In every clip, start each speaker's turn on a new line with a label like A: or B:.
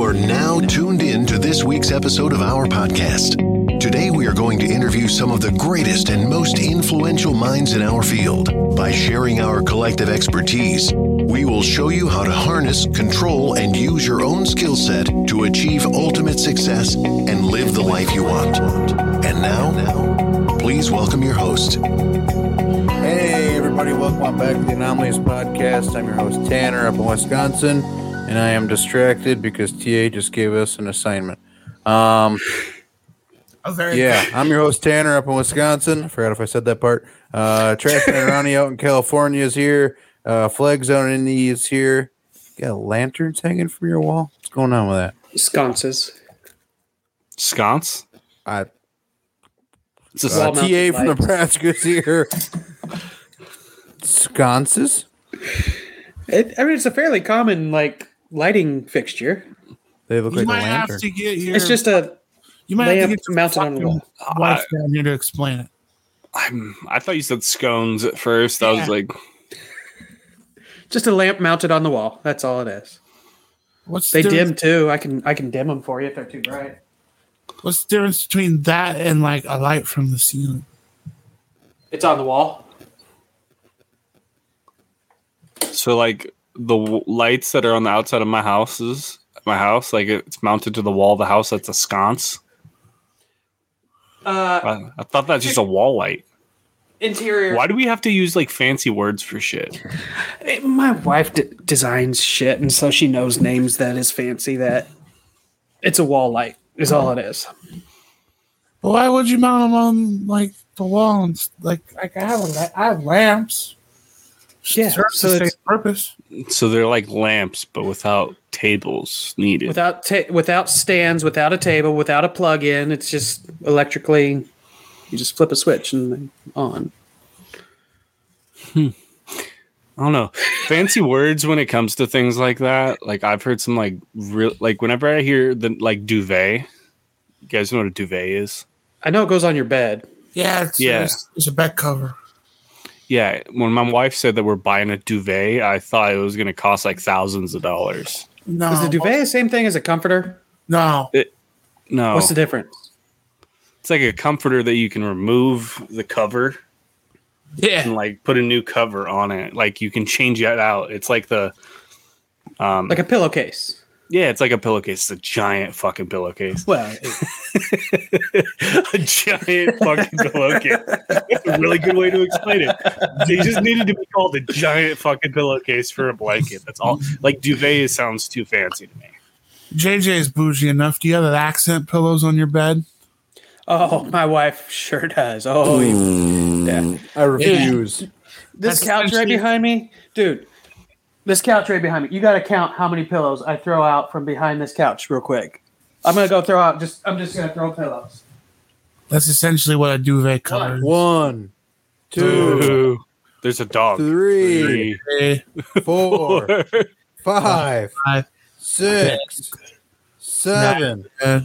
A: are now tuned in to this week's episode of our podcast. Today, we are going to interview some of the greatest and most influential minds in our field. By sharing our collective expertise, we will show you how to harness, control, and use your own skill set to achieve ultimate success and live the life you want. And now, please welcome your host,
B: Hey, everybody, welcome on back to the Anomalies Podcast. I'm your host, Tanner, up in Wisconsin, and I am distracted because TA just gave us an assignment. Um,
C: Oh, very
B: yeah, I'm your host, Tanner, up in Wisconsin. I forgot if I said that part. Uh, Trash Man Ronnie out in California is here. Uh, Flag Zone Indy is here. You got lanterns hanging from your wall? What's going on with that?
D: sconces.
E: Sconce?
B: I,
E: It's a
B: uh,
D: Wall mounted
B: TA from
D: lights.
B: Nebraska is here. Sconces?
D: It, I mean, it's a fairly common like lighting fixture.
B: They look
C: You
B: like a
C: might have
B: lantern.
C: to get your.
D: It's just a
C: you might have to
D: lamp
C: get your
D: mounted on a
C: fucking
D: wall.
C: Wife down here to explain it.
E: I'm, Mm, I thought you said scones at first. I
C: Yeah.
E: was like,
D: just a lamp mounted on the wall. That's all it is.
C: What's
D: They
C: the
D: dim
C: difference,
D: too. I can I can dim them for you if they're too bright.
C: What's the difference between that and like a light from the ceiling?
D: It's on the wall.
E: so like the w- lights that are on the outside of my houses, my house, like it's mounted to the wall of the house. That's a sconce.
D: Uh,
E: I, I thought that's just a wall light.
D: interior.
E: Why do we have to use like fancy words for shit?
D: My wife d- designs shit, and so she knows names that is fancy. That it's a wall light is all it is.
C: Well, why would you mount them on like the wall? And, s- like, like I have a, la- I have lamps.
D: Yeah,
C: Serves
D: so
C: the same
D: it's-
C: purpose.
E: So they're like lamps, but without tables needed.
D: Without ta- without stands, without a table, without a plug in. It's just electrically. You just flip a switch and they're on.
E: I don't know. Fancy words when it comes to things like that. Like I've heard some like real like whenever I hear the like duvet. You guys know what a duvet is?
D: I know it goes on your bed.
C: Yeah, it's,
E: Yeah.
C: It's, it's a back cover.
E: Yeah, when my wife said that we're buying a duvet, I thought it was going to cost like thousands of dollars.
C: No,
D: Is the duvet the same thing as a comforter?
C: no.
E: No,
D: What's the difference?
E: it's like a comforter that you can remove the cover and
C: Yeah,
E: like put a new cover on it. Like you can change it out. It's like the um
D: Like a pillowcase.
E: yeah, it's like a pillowcase. It's a giant fucking pillowcase.
D: Well,
E: a giant fucking pillowcase. That's a really good way to explain it. They just needed to be called a giant fucking pillowcase for a blanket. That's all. Like duvet sounds too fancy to me.
C: JJ is bougie enough. Do you have the accent pillows on your bed?
D: oh, my wife sure does. Oh, you-
B: I refuse.
D: this
C: That's
D: couch right
C: essentially-
D: behind me, dude. This couch right behind me. You got to count how many pillows I throw out from behind this couch, real quick. I'm gonna go throw out. Just I'm just gonna throw pillows.
C: That's essentially what a duvet cover. is.
B: One, two,
E: Ooh, there's a dog.
B: three,
C: Hey,
B: four, five,
C: Five.
B: six, seven,
C: uh,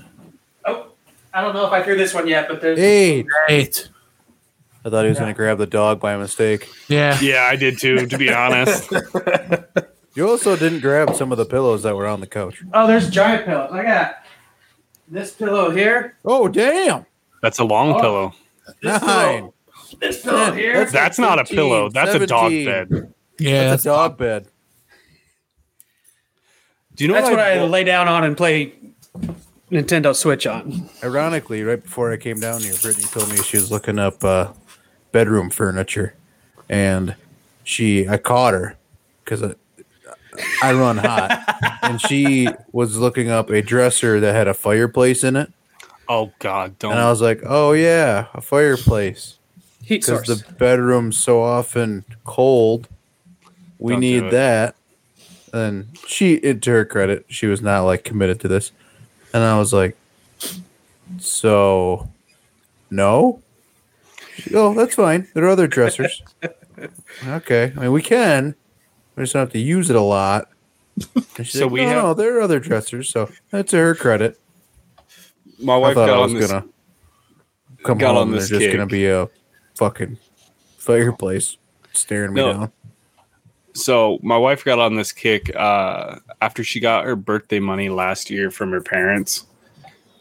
D: I don't know if I threw this one yet, but there's
B: eight.
C: Eight.
B: I thought he was going to grab the dog by mistake.
C: Yeah.
E: Yeah, I did too. To be honest,
B: You also didn't grab some of the pillows that were on the couch.
D: oh, there's giant pillows. I got this pillow here.
B: Oh, damn.
E: that's a long pillow.
B: Nine.
D: This pillow, this pillow here.
E: That's not a pillow. That's a dog
B: 17.
E: bed.
C: Yeah.
B: That's a dog bed.
E: Do you know
D: That's what I
E: bought-
D: lay down on and play Nintendo Switch on.
B: Ironically, right before I came down here, Brittany told me she was looking up uh, bedroom furniture, and she I caught her because I, I run hot, and she was looking up a dresser that had a fireplace in it,
E: Oh God, don't.
B: and I was like, "Oh yeah, a fireplace,"
D: Heat
B: because
D: source.
B: the bedroom's so often cold. We
E: Don't do
B: need
E: it.
B: that. And she, it, to her credit, she was not like committed to this, and I was like, "So, no." She, oh, that's fine. There are other dressers. okay, I mean we can. We just don't have to use it a lot. And she's
E: So
B: like,
E: we
B: no,
E: have-
B: no, there are other dressers. So that's to her credit.
E: my
B: I
E: wife
B: thought
E: got
B: I was
E: on this.
B: gonna come
E: got
B: home.
E: on
B: and There's
E: this
B: just
E: kick.
B: gonna be a fucking fireplace staring me
E: No.
B: down.
E: so my wife got on this kick uh, after she got her birthday money last year from her parents.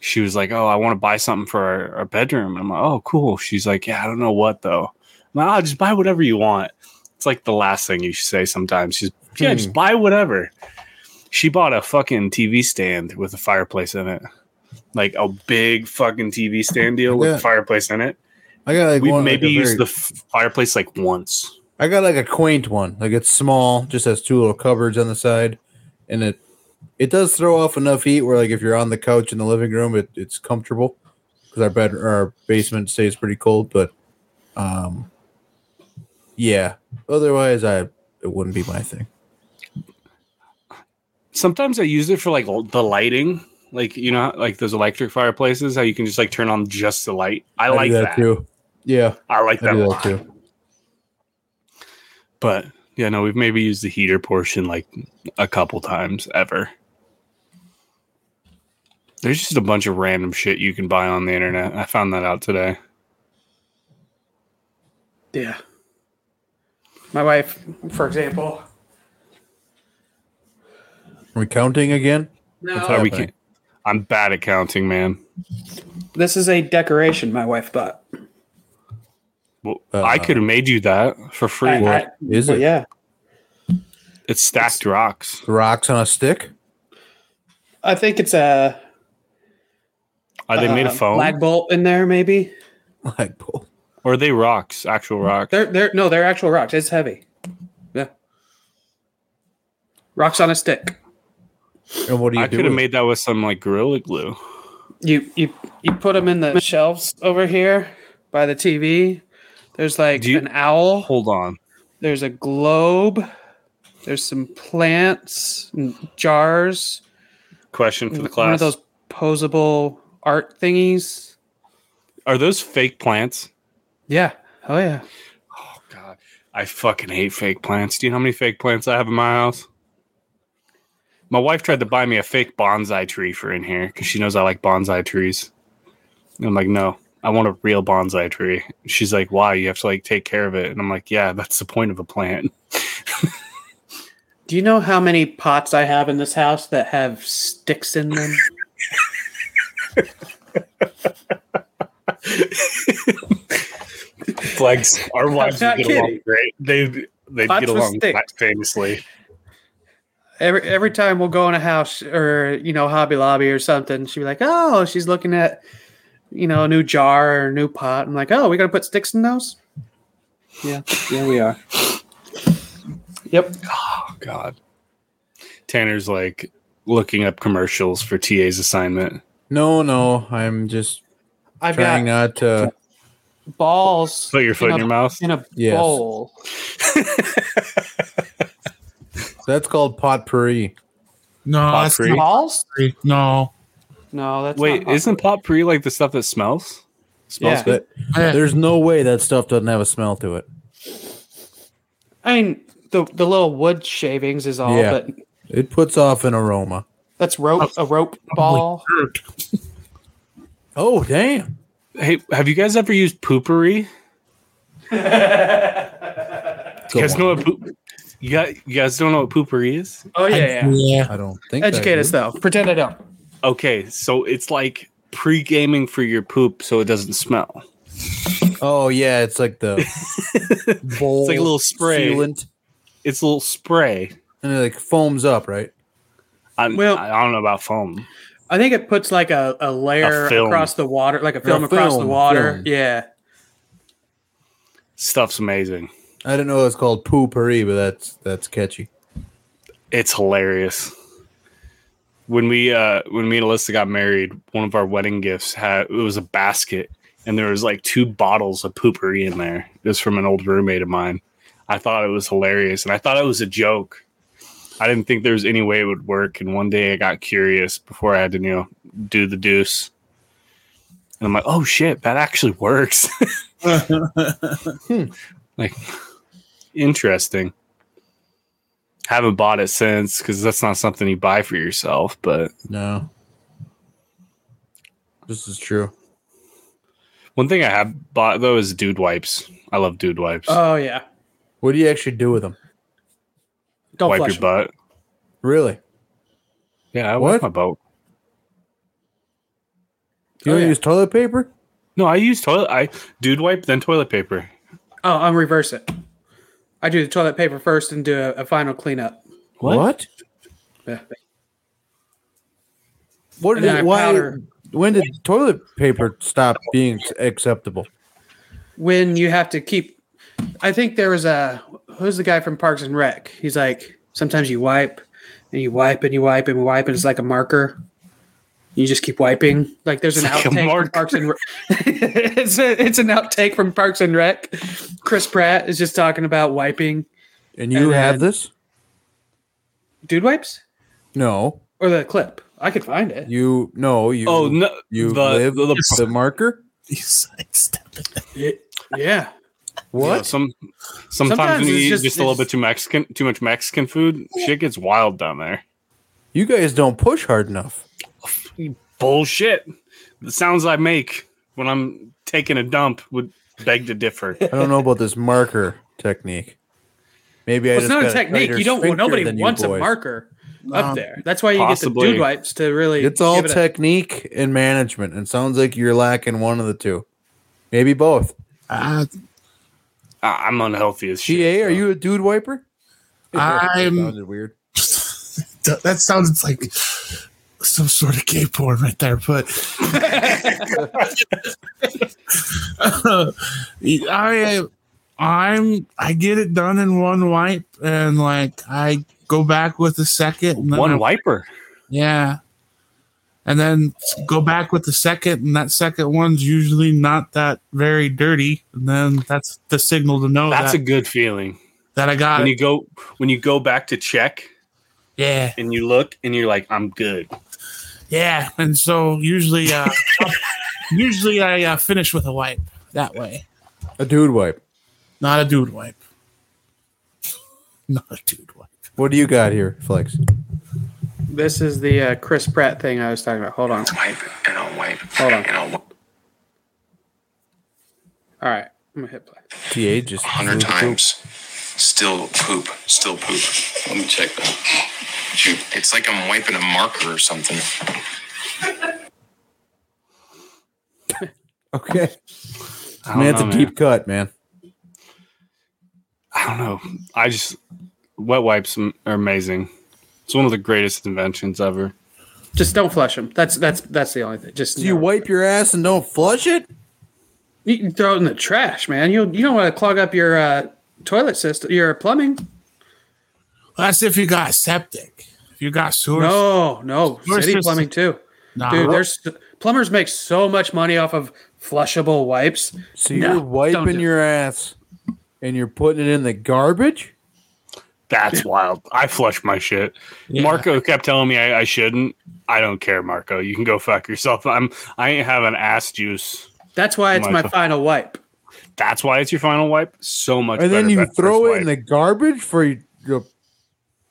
E: She was like, "Oh, I want to buy something for our, our bedroom." And I'm like, "Oh, cool." She's like, "Yeah, I don't know what though." I'm like, "Oh, just buy whatever you want." It's like the last thing you should say sometimes. She's, "Yeah,
B: Hmm.
E: just buy whatever." She bought a fucking TV stand with a fireplace in it, like a big fucking TV stand deal with
B: Yeah.
E: a fireplace in it.
B: I got like
E: We
B: one,
E: have
B: like, a
E: maybe
B: very-
E: used the f- fireplace like once.
B: I got like a quaint one. Like it's small, just has two little cupboards on the side, and it it does throw off enough heat where like if you're on the couch in the living room, it, it's comfortable because our bed our basement stays pretty cold. But um, yeah. Otherwise, I it wouldn't be my thing.
E: sometimes I use it for like l- the lighting, like you know, like those electric fireplaces, how you can just like turn on just the light. I,
B: do
E: like that.
B: too. Yeah,
E: I like
B: I
E: that.
B: do
E: a
B: that
E: lot.
B: too.
E: But yeah, no, we've maybe used the heater portion like a couple times ever. There's just a bunch of random shit you can buy on the internet. I found that out today.
D: Yeah. My wife, for example.
B: Are we counting again?
E: Are
D: No,
E: we
B: happening?
E: can- I'm bad at counting, man.
D: this is a decoration my wife bought.
E: Well, I could have made you that for free.
D: I- I-
B: Uh, What is
D: Well,
B: it?
D: yeah.
E: it's stacked rocks.
B: Rocks on a stick.
D: I think it's a.
E: Are they made
D: uh,
E: of foam?
D: Lag bolt in there, maybe.
B: Like, bull.
E: or are they rocks? Actual
B: Mm-hmm.
E: rocks?
D: They're they're no, they're actual rocks. It's heavy. Yeah. Rocks on a stick.
B: and what do you
E: I
B: do?
E: could have
B: with-
E: made that with some like gorilla glue.
D: You you you put them in the shelves over here by the TV. There's like
E: Do you-
D: an owl.
E: Hold on.
D: There's a globe. There's some plants, and jars.
E: Question for the
D: One
E: class.
D: of those posable art thingies.
E: Are those fake plants?
D: Yeah. Oh yeah.
E: Oh god. I fucking hate fake plants. Do you know how many fake plants I have in my house? My wife tried to buy me a fake bonsai tree for in here because she knows I like bonsai trees. And I'm like, no, I want a real bonsai tree. She's like, why? You have to like take care of it. And I'm like, yeah, that's the point of a plant.
D: Do you know how many pots I have in this house that have sticks in them?
E: Flags. Our wives
D: not
E: would get along
D: kidding.
E: great. They they
D: Pots
E: get
D: with
E: along
D: sticks.
E: famously.
D: every every time we'll go in a house or you know Hobby Lobby or something, she'd be like, "Oh, she's looking at you know a new jar or a new pot." I'm like, "Oh, we gonna put sticks in those?" Yeah, yeah, we are. Yep.
E: God. Tanner's like looking up commercials for TA's assignment.
B: No, no. I'm just
D: I've
B: trying
D: got
B: not to.
D: balls
E: Put your foot in
D: a,
E: your mouth.
D: in a
B: Yes.
D: bowl.
B: That's called potpourri.
C: No, that's
E: Potpourri.
C: not
D: Balls?
C: free. No.
D: No, that's
E: Wait,
D: not
E: isn't potpourri like the stuff that smells?
D: yeah.
B: That- There's no way that stuff doesn't have a smell to it.
D: I mean the the little wood shavings is all,
B: Yeah.
D: but
B: It puts off an aroma.
D: that's rope a rope ball.
B: Oh damn!
E: Hey, have you guys ever used poopery?
B: Go
E: You guys
B: on.
E: know what poop? You guys, you guys don't know what poopery is?
D: Oh yeah, yeah.
C: Yeah.
B: I don't think.
D: Educate
B: I
D: us
B: do.
D: though. Pretend I don't.
E: Okay, so it's like pre-gaming for your poop, so it doesn't smell.
B: Oh yeah, it's like the bowl.
E: It's like a little spray.
B: sealant,
E: It's a little spray.
B: and it like foams up, right?
E: I,
D: Well-
E: I don't know about foam.
D: I think it puts like a, a layer
E: A film.
D: across the water, like a film across the
B: film,
D: water.
B: film.
D: Yeah.
E: Stuff's amazing.
B: I didn't know it's called poopery, but that's that's catchy.
E: it's hilarious. When we uh when me and Alyssa got married, one of our wedding gifts had it was a basket and there was like two bottles of poopery in there. It was from an old roommate of mine. I thought it was hilarious and I thought it was a joke. I didn't think there was any way it would work, and one day I got curious before I had to, you know, do the deuce. And I'm like, oh shit, that actually works. Hmm. Like interesting haven't bought it since because that's not something you buy for yourself. But
B: No, this is true.
E: one thing I have bought though is dude wipes. I love dude wipes.
D: Oh yeah.
B: What do you actually do with them?
D: Don't
E: wipe
D: flush
E: your
D: them.
E: butt.
B: Really?
E: Yeah, I
B: What?
E: wipe my butt.
B: You
D: Oh,
B: don't
D: yeah.
B: use toilet paper?
E: No, I use toilet. I dude wipe then toilet paper.
D: Oh, I'm reverse it. I do the toilet paper first and do a, a final cleanup.
E: What?
D: Yeah.
B: What
D: And
B: did
D: then I
B: why?
D: powder.
B: When did toilet paper stop being acceptable?
D: when you have to keep I think there was a who's the guy from Parks and Rec? He's like sometimes you wipe and you wipe and you wipe and wipe and it's like a marker. You just keep wiping. Like there's an
E: It's like a
D: outtake
E: marker.
D: from Parks and Rec. it's a, it's an outtake from Parks and Rec. Chris Pratt is just talking about wiping
B: And you
D: And
B: have
D: then-
B: this?
D: dude wipes
B: No,
D: or the clip. I could find it.
B: you no you.
E: Oh no!
B: you
E: the,
B: live
E: the-
B: the,
E: the-
B: marker.
D: Yeah.
E: Yeah,
B: What?
E: some sometimes,
D: Sometimes
E: when you
D: it's
E: eat
D: just-
E: just, a little
D: it's-
E: bit too Mexican, too much Mexican food, shit gets wild down there.
B: You guys don't push hard enough.
E: Bullshit. The sounds I make when I'm taking a dump would beg to differ.
B: I don't know about this marker technique. Maybe I
D: Well, it's
B: just
D: not a
B: got
D: technique.
B: tighter
D: You don't.
B: sphincter
D: nobody
B: than you
D: wants a
B: boys.
D: marker up
C: Um,
D: there. That's why you get
E: possibly.
D: the dude wipes to really.
B: It's all
D: give it a-
B: technique and management, and sounds like you're lacking one of the two, maybe both.
C: I,
E: I, am unhealthy as shit.
B: GA, are
E: so.
B: you a dude wiper?
C: I'm-
B: Sounded weird.
C: that sounds like some sort of gay porn right there, but I I'm I get it done in one wipe and like I go back with the second and then I-
E: one wiper?
C: yeah. And then go back with the second and that second one's usually not that very dirty and then that's the signal to know
E: That's a
C: that,
E: good feeling.
C: that I got
E: When
C: it.
E: you go when you go back to check
C: yeah.
E: and you look and you're like, I'm good.
C: Yeah, and so usually, uh, usually I uh, finish with a wipe that way,
B: A dude wipe.
C: not a dude wipe, not a dude wipe.
B: What do you got here, Flex?
D: This is the uh, Chris Pratt thing I was talking about. Hold on.
F: wipe and I'll wipe
D: Hold on.
F: and I'll wipe
D: All right. I'm going to hit play.
B: GA just
F: a hundred
B: threw the poop.
F: times. Still poop. Still poop. Let me check that. Shoot. It's like I'm wiping a marker or something.
B: Okay,
E: I don't
B: man, it's
E: know,
B: a deep cut, man.
E: I don't know. I just wet wipes am- are amazing. It's one of the greatest inventions ever.
D: Just don't flush them. That's that's that's the only thing. Just
B: Do you
D: never-
B: wipe your ass and don't flush it?
D: You can throw it in the trash, man. You you don't want to clog up your uh, toilet system, your plumbing.
C: That's if you got septic. If you got sewer,
D: No, no,
C: Your
D: city
C: system-
D: plumbing too,
C: nah.
D: dude. There's plumbers make so much money off of flushable wipes.
B: So
D: No,
B: you're
D: don't
B: wiping
D: do
B: your ass and you're putting it in the garbage?
E: That's wild. I flush my shit.
C: Yeah.
E: Marco kept telling me I, I shouldn't. I don't care, Marco. You can go fuck yourself. I'm I ain't having ass juice.
D: That's why it's my
E: Michael.
D: final wipe.
E: That's why it's your final wipe. So much.
B: and then
E: better
B: you
E: than
B: throw it
E: first
B: in
E: wipe.
B: the garbage for your, your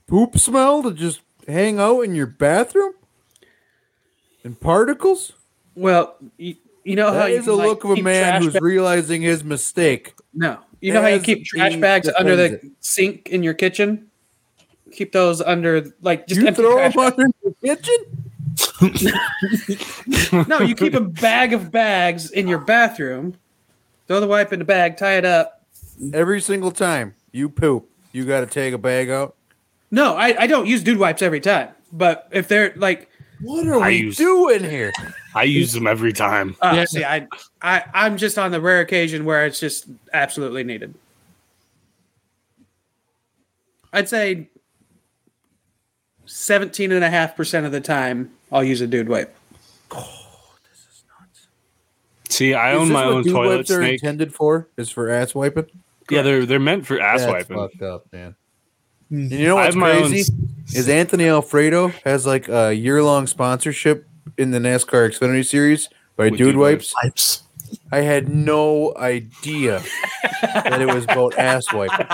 B: poop smell to just hang out in your bathroom? And particles?
D: Well, you, you know how
B: That
D: you
B: is
D: can,
B: the
D: like,
B: look of a
D: keep
B: man
D: trash
B: who's
D: ba-
B: realizing his mistake.
D: no. You know how you
B: as
D: keep trash
B: he
D: bags under the
B: defends
D: sink in your kitchen. Keep those under like just
B: you
D: empty
B: throw
D: trash
B: them under the kitchen?
D: No, you keep a bag of bags in your bathroom. Throw the wipe in the bag, tie it up.
B: Every single time you poop, you got to take a bag out.
D: No, I, I don't use dude wipes every time. But if they're like,
B: What are
E: I
B: we
E: use-
B: doing here?
E: I use them every time.
D: uh,
C: Yeah.
D: see, I, I, I'm just on the rare occasion where it's just absolutely needed. I'd say 17.5% of the time, I'll use a dude wipe.
E: See, I
B: Is
E: own
B: this
E: my
B: what
E: own
B: dude
E: toilet
B: wipes are
E: snake.
B: intended for? Is for ass wiping?
E: Yeah, they're they're meant for ass
B: That's
E: wiping.
B: fucked up, man.
C: Mm.
B: And you know
E: I
B: what's
E: have my own
B: crazy is Anthony Alfredo has like a year long sponsorship in the NASCAR Xfinity Series by
E: With
B: Dude,
E: Dude
B: Wipes.
C: wipes.
B: I had no idea that it was about ass wiping.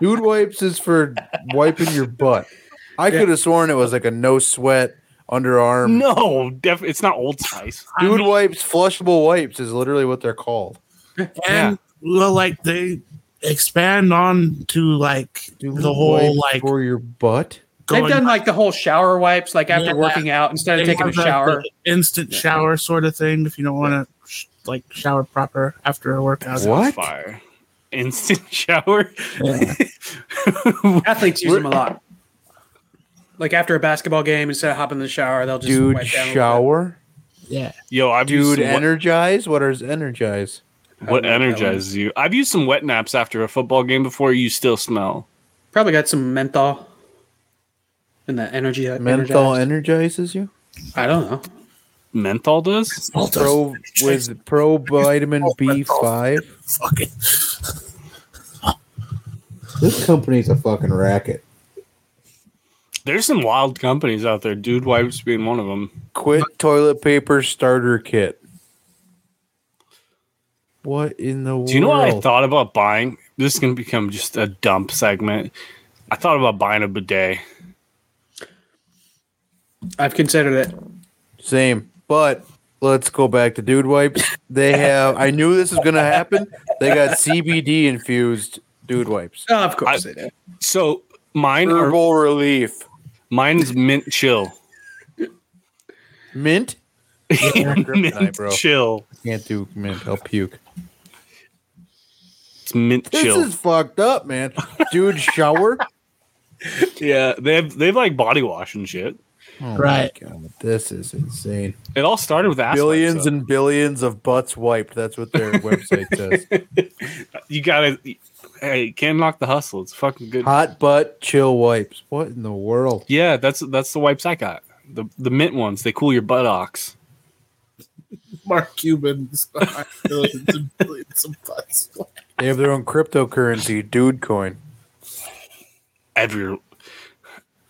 B: Dude Wipes is for wiping your butt. I could have sworn it was like a no sweat underarm.
E: No, def- it's not Old Spice.
B: Dude Wipes, flushable wipes is literally what they're called.
C: And well, like they, expand on to like the whole like
B: for your butt.
D: They've done like the whole shower wipes, like after
C: Yeah.
D: working out, instead of
C: They
D: taking a
C: have that-
D: shower.
C: the instant shower sort of thing if you don't want to sh- like shower proper after a workout.
E: Sounds
B: What?
E: Fire. Instant shower.
D: Athletes use them a lot. Like after a basketball game, instead of hopping in the shower, they'll just
B: Dude,
D: wipe down a little bit.
B: shower.
C: Yeah,
E: Yo, I've
B: Dude,
E: used some wet,
B: energize. What is energize?
E: what energizes you? I've used some wet naps after a football game before. You still smell.
D: Probably got some menthol in that energy.
B: Menthol
D: energized.
B: energizes you.
D: I don't know.
E: Menthol does.
B: Pro with pro vitamin B five.
C: fuck it.
G: This company's a fucking racket.
E: There's some wild companies out there. Dude wipes being one of them.
B: Quit toilet paper starter kit. What in the world?
E: Do you know what I thought about buying? This is gonna become just a dump segment. I thought about buying a bidet.
D: I've considered it.
B: Same, but let's go back to dude wipes. They have. I knew this was gonna happen. They got CBD infused dude wipes.
D: Oh, of course
E: I-
D: they do.
E: So mine are,
B: Herbal relief.
E: mine's mint chill.
B: Mint.
E: mint
B: bro.
E: chill.
B: Can't do mint. I'll puke.
E: It's mint
B: This
E: chill.
B: is fucked up, man. Dude, shower. Oh
E: yeah, they have they have like body wash and shit.
C: right.
B: God, this is insane.
E: It all started with ass
B: Billions
E: wipes,
B: and billions of butts wiped. That's what their website says.
E: though. you gotta. Hey, you can't knock the hustle. It's fucking good.
B: Hot butt chill wipes. What in the world?
E: Yeah, that's that's the wipes I got. The the mint ones. They cool your buttocks.
C: Mark Cuban, billions and billions of bucks.
B: They have their own cryptocurrency, dude coin.
E: Every.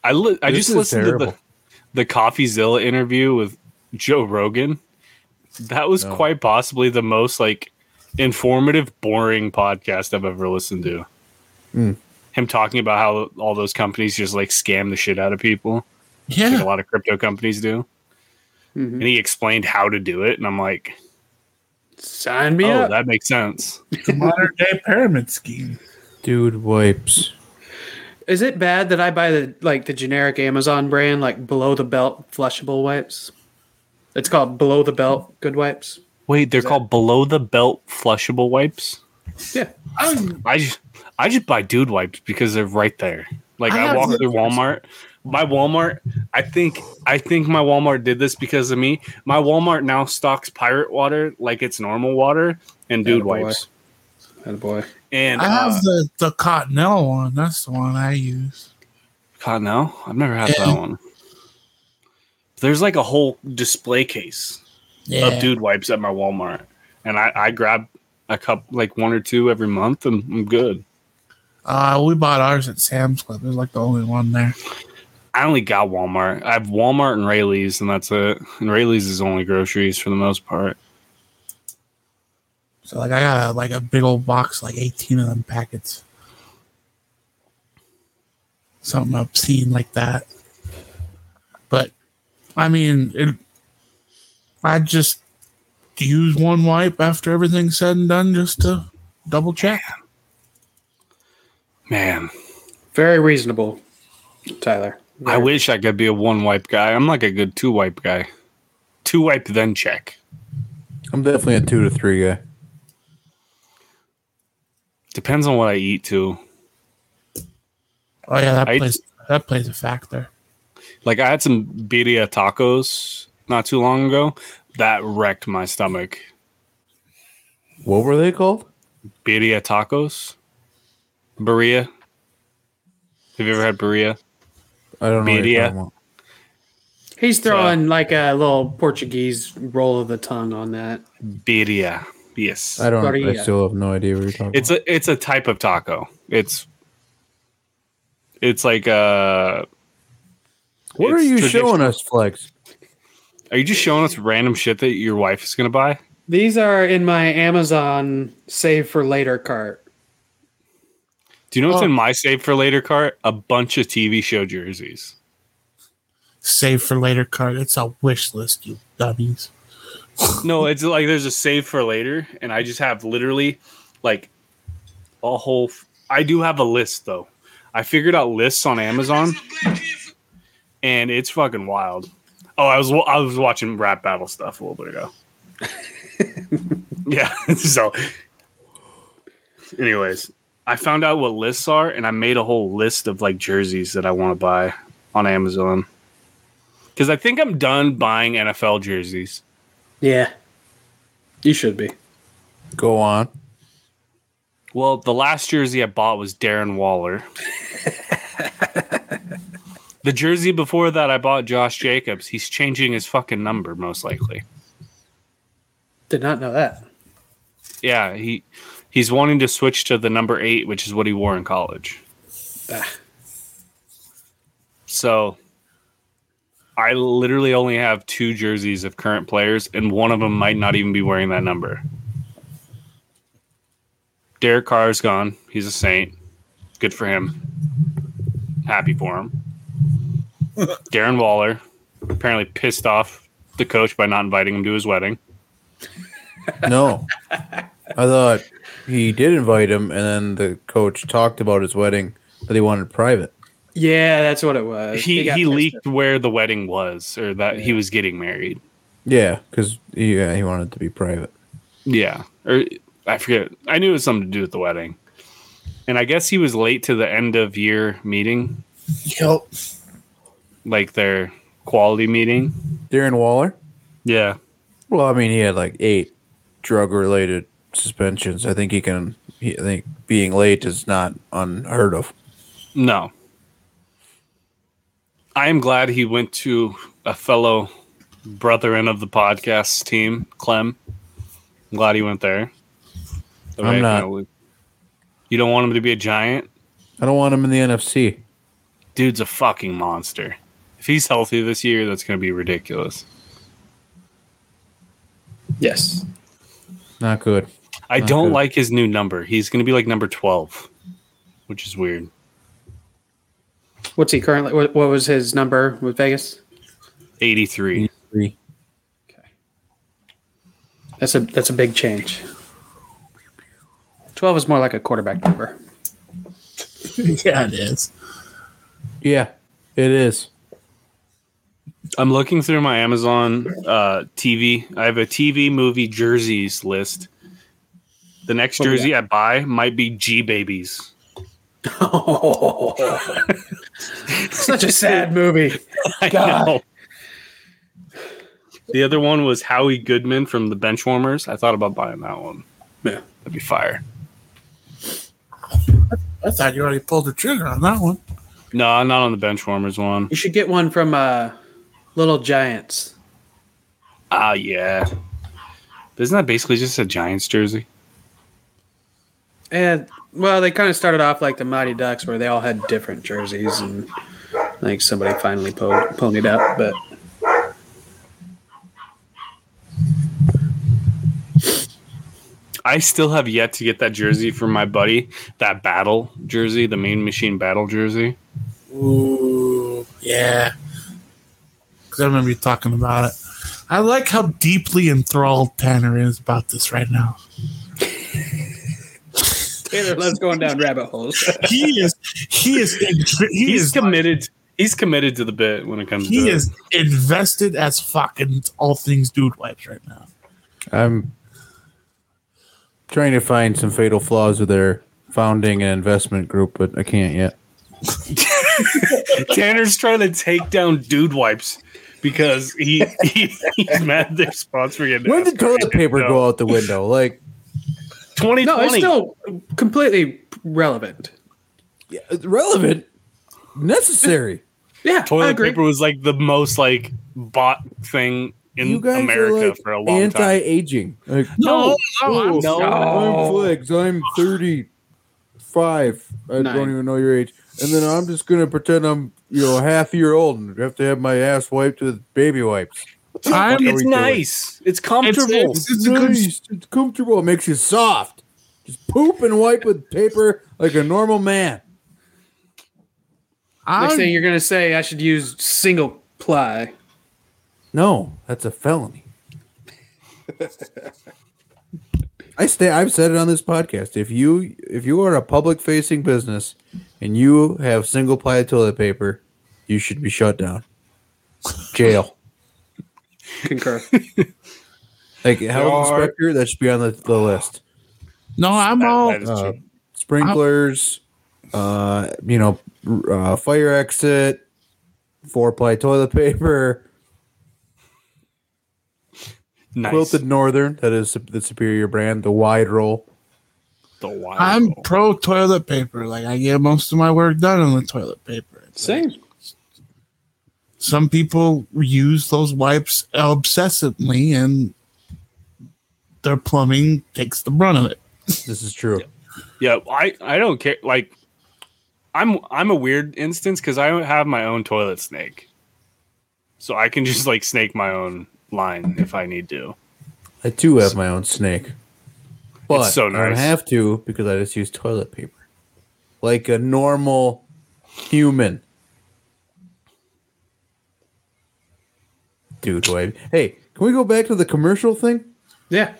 E: I li- I
B: This
E: just
B: is
E: listened to
B: terrible.
E: the the CoffeeZilla interview with Joe Rogan. That was
B: No.
E: quite possibly the most like informative, boring podcast I've ever listened to.
B: Hmm,
E: Him talking about how all those companies just like scam the shit out of people. like a
C: Yeah,
E: lot of crypto companies do. And he explained how to do it, and I'm like,
D: Sign me
E: oh,
D: up.
E: that makes sense.
C: the modern day pyramid scheme.
B: Dude wipes.
D: Is it bad that I buy the like the generic Amazon brand, like below the belt flushable wipes? It's called below the belt good wipes.
E: Wait, they're called below the belt flushable wipes.
D: Yeah,
E: I just I just buy dude wipes because they're right there. Like
C: I
E: I,
C: have
E: walk
C: the-
E: through Walmart. My Walmart, I think I think my Walmart did this because of me. My Walmart now stocks pirate water like it's normal water and dude
D: Attaboy.
E: wipes.
D: boy.
E: And
C: I have
E: uh,
C: the the Cottonelle one. That's the one I use.
E: God, no, I've never had
C: Yeah.
E: that one. There's like a whole display case
C: Yeah,
E: of dude wipes at my Walmart, and I, I grab a cup like one or two every month, and I'm good.
C: Uh, we bought ours at Sam's Club. It was like the only one there.
E: I only got Walmart. I have Walmart and Rayleigh's, and that's it. And Rayleigh's is only groceries for the most part.
C: So like I got a, like a big old box, like eighteen of them packets. Something obscene like that. But I mean, it, I just use one wipe after everything's said and done just to double check.
E: Man,
D: Very reasonable, Tyler.
E: I wish I could be a one wipe guy. I'm like a good two wipe guy. Two wipe then check.
B: I'm definitely a two to three guy.
E: Depends on what I eat too.
C: Oh yeah, that
E: I-
C: plays that plays a factor.
E: Like I had some birria tacos not too long ago. That wrecked my stomach.
B: What were they called?
E: Birria tacos. Berea. Have you ever had Berea?
B: I don't know. what you're
E: Media.
B: talking about.
D: He's
E: uh,
D: throwing like a little Portuguese roll of the tongue on that.
E: Birria. Yes.
B: I don't. I
D: Tortilla.
B: still have no idea what you're talking
E: It's
B: about.
E: a it's a type of taco. It's it's like uh
B: what are
E: it's
B: you
E: traditional-
B: showing us, Flex?
E: are you just showing us random shit that your wife is gonna buy?
D: These are in my Amazon save for later cart.
E: Do you know what's
C: Oh.
E: in my save for later cart? A bunch of TV show jerseys.
C: Save for later card. It's a wish list, you dummies.
E: No, it's like there's a save for later, and I just have literally like a whole. f- I do have a list though. I figured out lists on Amazon, and it's fucking wild. Oh, I was wa- I was watching rap battle stuff a little bit ago. yeah. So, anyways, I found out what lists are, and I made a whole list of like jerseys that I want to buy on Amazon. Because I think I'm done buying NFL jerseys.
D: Yeah. You should be.
B: Go on.
E: Well, the last jersey I bought was Darren Waller. the jersey before that I bought Josh Jacobs. He's changing his fucking number most likely.
D: Did not know that.
E: Yeah, he he's wanting to switch to the number 8, which is what he wore in college.
D: Ah.
E: So I literally only have two jerseys of current players and one of them might not even be wearing that number. Derek Carr's gone. He's a saint. Good for him. Happy for him. Darren Waller apparently pissed off the coach by not inviting him to his wedding.
B: No. I thought he did invite him, and then the coach talked about his wedding that he wanted private.
D: Yeah, that's what it was. They
E: He
D: got
E: he
D: pissed
E: leaked where the wedding was or that he was getting married.
B: Yeah, because yeah, he wanted to be private.
E: Yeah. Or I forget. I knew it was something to do with the wedding. And I guess he was late to the end of year meeting,
C: Yep.
E: like their quality meeting.
B: Darren Waller.
E: Yeah.
B: Well, I mean, he had like eight drug-related suspensions. I think he can. He, I think being late is not unheard of.
E: No. I am glad he went to a fellow brethren of the podcast team, Clem. I'm glad he went there. That
B: I'm
E: I
B: not.
E: know we- You don't want him to be a giant?
B: I don't want him in the NFC.
E: Dude's a fucking monster. If he's healthy this year, that's going to be ridiculous.
D: with. Yes.
B: Not good.
E: I don't
B: good.
E: like his new number. He's going to be like number 12, which is weird.
D: What's he currently? What, what was his number with Vegas?
E: 83.
D: That's a that's a big change. Twelve is more like a quarterback number.
C: yeah, it is.
B: Yeah, it is.
E: I'm looking through my Amazon uh, TV. I have a TV movie jerseys list. The
D: Oh,
E: next jersey I buy might be G Babies.
D: Such a sad movie.
E: I know. The other one was Howie Goodman from the Benchwarmers. I thought about buying that one.
D: Yeah.
E: That'd be fire.
C: I thought you already pulled the trigger on that one.
E: No, not on the Benchwarmers one.
D: You should get one from uh, Little Giants.
E: Ah, yeah. Isn't that basically just a Giants jersey?
D: And well, they kind of started off like the Mighty Ducks, where they all had different jerseys, and I think somebody finally po- ponied up. But
E: I still have yet to get that jersey from my buddy, that battle jersey, the main machine battle jersey.
C: Ooh, yeah. Because I remember you talking about it. I like how deeply enthralled Tanner is about this right now.
D: Taylor loves going down rabbit holes.
C: He is, he is, in- he
E: He's
C: is,
E: committed. He's committed to the bit when it comes
C: he
E: to
C: is invested as fucking all things dude wipes right now.
B: I'm trying to find some fatal flaws with their founding and investment group, but I can't yet.
E: it. Tanner's trying to take down Dude Wipes because he, he he's mad they're sponsoring it.
B: When did toilet paper
E: No.
B: go out the window? Like,
E: Twenty
D: No, it's
E: twenty.
D: still completely relevant.
B: yeah, it's relevant, necessary.
D: Yeah, I
E: Toilet
D: agree.
E: paper was like the most like bought thing in
B: you guys
E: America
B: are like
E: for a long time.
B: anti-aging. Like,
E: No,
B: oh,
E: no, no.
B: I'm flex. I'm 35. I
D: Nine.
B: don't even know your age. And then I'm just gonna pretend I'm you know half a year old and have to have my ass wiped with baby wipes.
C: I'm,
B: What are we
E: It's
B: doing?
E: nice. It's
C: it's,
E: comfortable.
C: it's, it's a good
B: nice. It's comfortable. It makes you soft. Just poop and wipe with paper like a normal man.
D: Next
C: I'm,
D: thing you're gonna say, I should use single ply.
B: No, that's a felony. I stay. I've said it on this podcast. If you if you are a public facing business and you have single ply toilet paper, you should be shut down. Jail.
D: Concur.
B: Like health
E: are-
B: inspector, that should be on the, the list.
C: No, I'm all.
E: that is
B: uh,
E: true.
B: Sprinklers, uh, you know, r- uh, fire exit, four ply toilet paper,
E: Nice.
B: quilted northern. That is the superior brand. The wide roll.
E: The wild
C: I'm
E: roll.
C: pro toilet paper. Like I get most of my work done on the toilet paper.
D: Same.
C: Some people use those wipes obsessively, and their plumbing takes the brunt of it.
B: This is true.
E: Yeah, I I don't care. Like, I'm I'm a weird instance because I have my own toilet snake, so I can just like snake my own line if I need to.
B: I too have my own snake. But
E: so
B: I don't
E: nice.
B: have to because I just use toilet paper. Like a normal human. Dude, wait. Hey, can we go back to the commercial thing?
D: Yeah.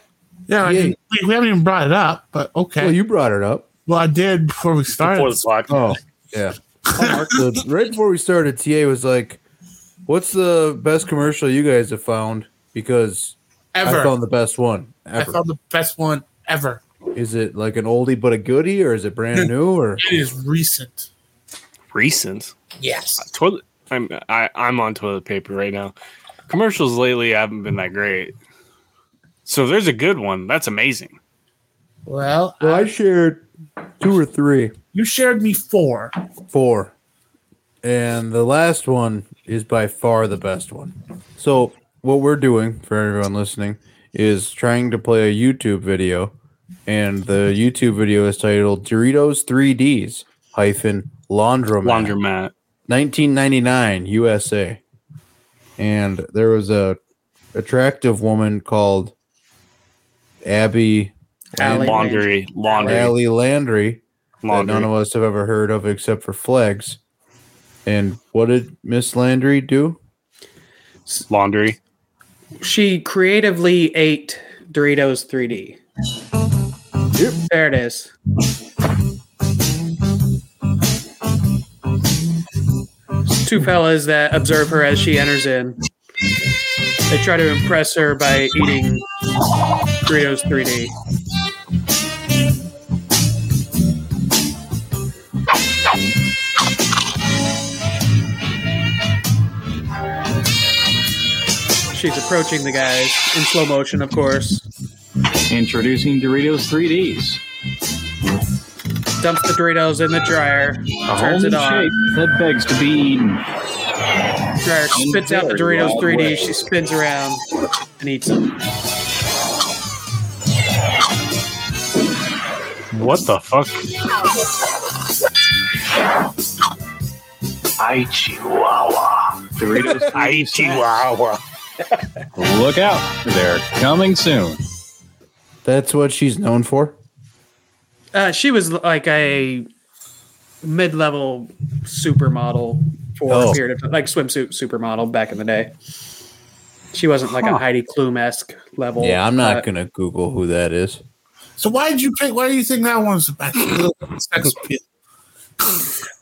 C: Yeah, I
B: Yeah.
C: mean, we, we haven't even brought it up, but okay.
B: Well, you brought it up.
C: Well, I did before we started.
E: Before the block.
B: Oh, yeah. The- right before we started, TA was like, What's the best commercial you guys have found? Because
C: ever.
B: I found the best one
C: I
B: ever.
C: found the best one ever.
B: is it like an oldie but a goodie, or is it brand new? Or
C: It is recent.
E: Recent Uh,
C: Yes.
E: toilet. I'm I I'm on toilet paper right now. Commercials lately haven't been that great. So if there's a good one. That's amazing.
C: Well,
B: Well, I shared two or three,
C: you shared me four.
B: four, and the last one is by far the best one. So, what we're doing for everyone listening is trying to play a YouTube video, and the YouTube video is titled Doritos 3Ds hyphen Laundromat.
E: Laundromat.
B: 1999 USA, and there was a attractive woman called Abby
D: Allie
E: Laundry. Laundry.
B: Allie Landry that none
E: Laundry.
B: of us have ever heard of except for Flags. And what did Miss Landry do?
E: Laundry.
D: She creatively ate Doritos 3D. There it is. It's Two fellas that observe her as she enters in. They try to impress her by eating Doritos 3D. She's approaching the guys in slow motion, of course.
H: Introducing Doritos 3Ds,
D: Dumps the Doritos in the dryer,
H: a
D: turns
H: homemade
D: it on.
H: shape that begs to be eaten.
D: dryer spits out the
H: Very
D: Doritos
H: wide
D: 3D.
H: way.
D: She spins around and eats them.
E: What the fuck?
H: I Chihuahua. Doritos 3D
E: Chihuahua.
H: snacks. Look out, they're coming soon.
B: That's what she's known for.
D: Uh, she was like a mid-level supermodel for
B: Oh.
D: a period of time, like swimsuit supermodel back in the day. She wasn't like a Heidi Klum esque level.
B: Yeah, I'm
D: uh,
B: not gonna Google who that is.
C: So why did you pick? Why do you think that one's the best? Sex appeal.